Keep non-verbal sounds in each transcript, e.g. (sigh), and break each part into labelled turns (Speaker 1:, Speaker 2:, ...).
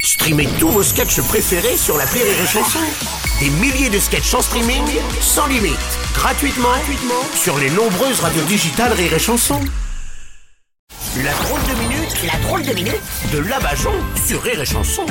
Speaker 1: Streamez tous vos sketchs préférés sur la Rire et Chanson. Des milliers de sketchs en streaming, sans limite, gratuitement, gratuitement sur les nombreuses radios digitales Rire et Chanson. La drôle de minute, la drôle de minute de Labajon sur Rire et Chanson.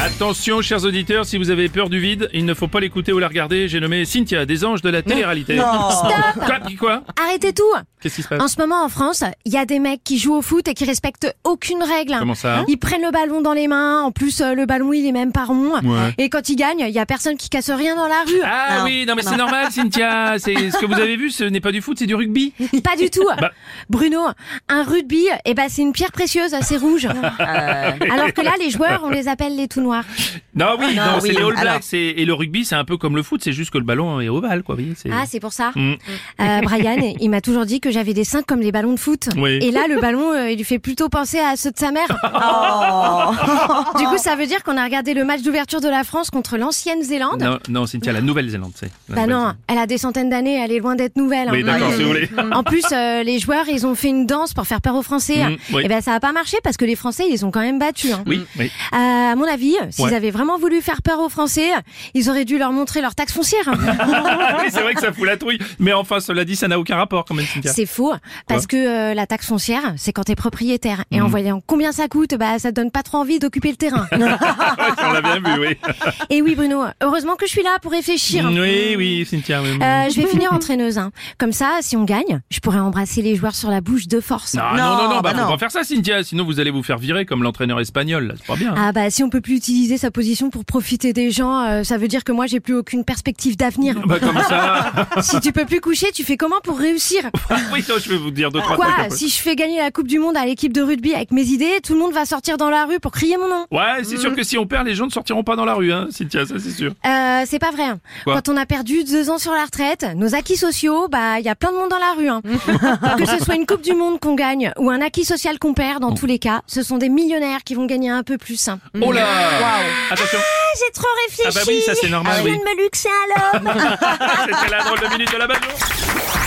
Speaker 2: Attention, chers auditeurs, si vous avez peur du vide, il ne faut pas l'écouter ou la regarder. J'ai nommé Cynthia, des anges de la télé-réalité. Quoi, quoi
Speaker 3: Arrêtez tout
Speaker 2: Qu'est-ce qui se
Speaker 3: En
Speaker 2: passe
Speaker 3: ce moment en France, il y a des mecs qui jouent au foot et qui respectent aucune règle.
Speaker 2: Comment ça
Speaker 3: Ils prennent le ballon dans les mains, en plus euh, le ballon il est même pas rond.
Speaker 2: Ouais.
Speaker 3: Et quand ils gagnent, il y a personne qui casse rien dans la
Speaker 2: (laughs)
Speaker 3: rue.
Speaker 2: Ah oui, non mais c'est normal, Cynthia. C'est ce que vous avez vu, ce n'est pas du foot, c'est du rugby.
Speaker 3: Pas du tout.
Speaker 2: Bah.
Speaker 3: Bruno, un rugby, eh ben, c'est une pierre précieuse,
Speaker 2: (laughs)
Speaker 3: c'est rouge. Euh, Alors que là, les joueurs, on les appelle les tout noirs.
Speaker 2: Non oui, non,
Speaker 4: non,
Speaker 2: c'est
Speaker 4: oui,
Speaker 2: les All
Speaker 4: alors.
Speaker 2: Blacks et, et le rugby, c'est un peu comme le foot, c'est juste que le ballon est ovale, quoi. vous voyez, c'est-
Speaker 3: Ah, c'est pour ça.
Speaker 2: Mm.
Speaker 3: Euh, Brian, (laughs) il m'a toujours dit que j'avais des seins comme les ballons de foot.
Speaker 2: Oui.
Speaker 3: Et là, le ballon, euh, il lui fait plutôt penser à ceux de sa mère. Du coup, ça veut dire qu'on a regardé le match d'ouverture de la France contre l'ancienne Zélande.
Speaker 2: non, non, Cynthia, la Nouvelle-Zélande, c'est. la
Speaker 3: Bah non,
Speaker 2: Nouvelle-Zélande.
Speaker 3: elle a des centaines d'années, elle est loin d'être nouvelle.
Speaker 2: Oui,
Speaker 3: hein.
Speaker 2: d'accord, si vous voulez.
Speaker 3: En plus, euh, les joueurs, ils ont fait une danse pour faire peur aux Français.
Speaker 2: Mm, oui.
Speaker 3: Et ben, ça a pas marché parce que les Français, ils les ont quand même battus. hein.
Speaker 2: Oui, (laughs) oui.
Speaker 3: Euh, à mon avis, s'ils
Speaker 2: Ouais.
Speaker 3: avaient vraiment voulu faire peur aux Français, ils auraient dû leur montrer leur taxe foncière. hein.
Speaker 2: Ah, oui, c'est vrai que ça fout la trouille. Mais enfin, cela dit, ça n'a aucun rapport, quand même, Cynthia.
Speaker 3: C'est faux, parce que euh, la taxe foncière, c'est quand t'es propriétaire.
Speaker 2: Mhm.
Speaker 3: Et en voyant combien ça coûte, bah ça te donne pas trop envie d'occuper le
Speaker 2: (laughs)
Speaker 3: terrain.
Speaker 2: (laughs) On l'a bien vu, oui.
Speaker 3: Et oui, Bruno, heureusement que je suis là pour réfléchir.
Speaker 2: Oui, oui, Cynthia. oui, oui.
Speaker 3: Euh, je vais finir entraîneuse. hein. Comme ça, si on gagne, je pourrais embrasser les joueurs sur la bouche de force.
Speaker 2: Non, non, non, non, bah,
Speaker 4: bah
Speaker 2: faut
Speaker 4: non.
Speaker 2: pas faire ça, Cynthia, sinon vous allez vous faire virer comme l'entraîneur espagnol, là, c'est pas bien. hein.
Speaker 3: Ah bah si on peut plus utiliser sa position pour profiter des gens, euh, ça veut dire que moi j'ai plus aucune perspective d'avenir.
Speaker 2: (laughs) Bah, comme ça.
Speaker 3: si tu peux plus coucher, tu fais comment pour
Speaker 2: (laughs)
Speaker 3: réussir
Speaker 2: oui, non, je vais vous dire deux, trois trucs.
Speaker 3: Quoi
Speaker 2: après.
Speaker 3: Si je fais gagner la Coupe du Monde à l'équipe de rugby avec mes idées, tout le monde va sortir dans la rue pour crier mon nom.
Speaker 2: Ouais, c'est sûr que si on perd, les gens ne sortiront pas dans la rue, hein, Cynthia, ça c'est sûr.
Speaker 3: Euh, c'est pas vrai.
Speaker 2: Quoi
Speaker 3: Quand on a perdu deux ans sur la retraite, nos acquis sociaux, bah, il y a plein de monde dans la
Speaker 2: (laughs)
Speaker 3: rue. hein. que ce soit une Coupe du Monde qu'on gagne ou un acquis social qu'on perd, dans tous les cas, ce sont des millionnaires qui vont gagner un peu plus. hein.
Speaker 2: Oh là Attention, (laughs)
Speaker 3: J'ai trop réfléchi.
Speaker 2: Ah bah oui, ça, c'est normal,
Speaker 3: Je
Speaker 2: oui.
Speaker 3: viens de me luxer à l'homme.
Speaker 2: c'était la drôle de minute de la balle.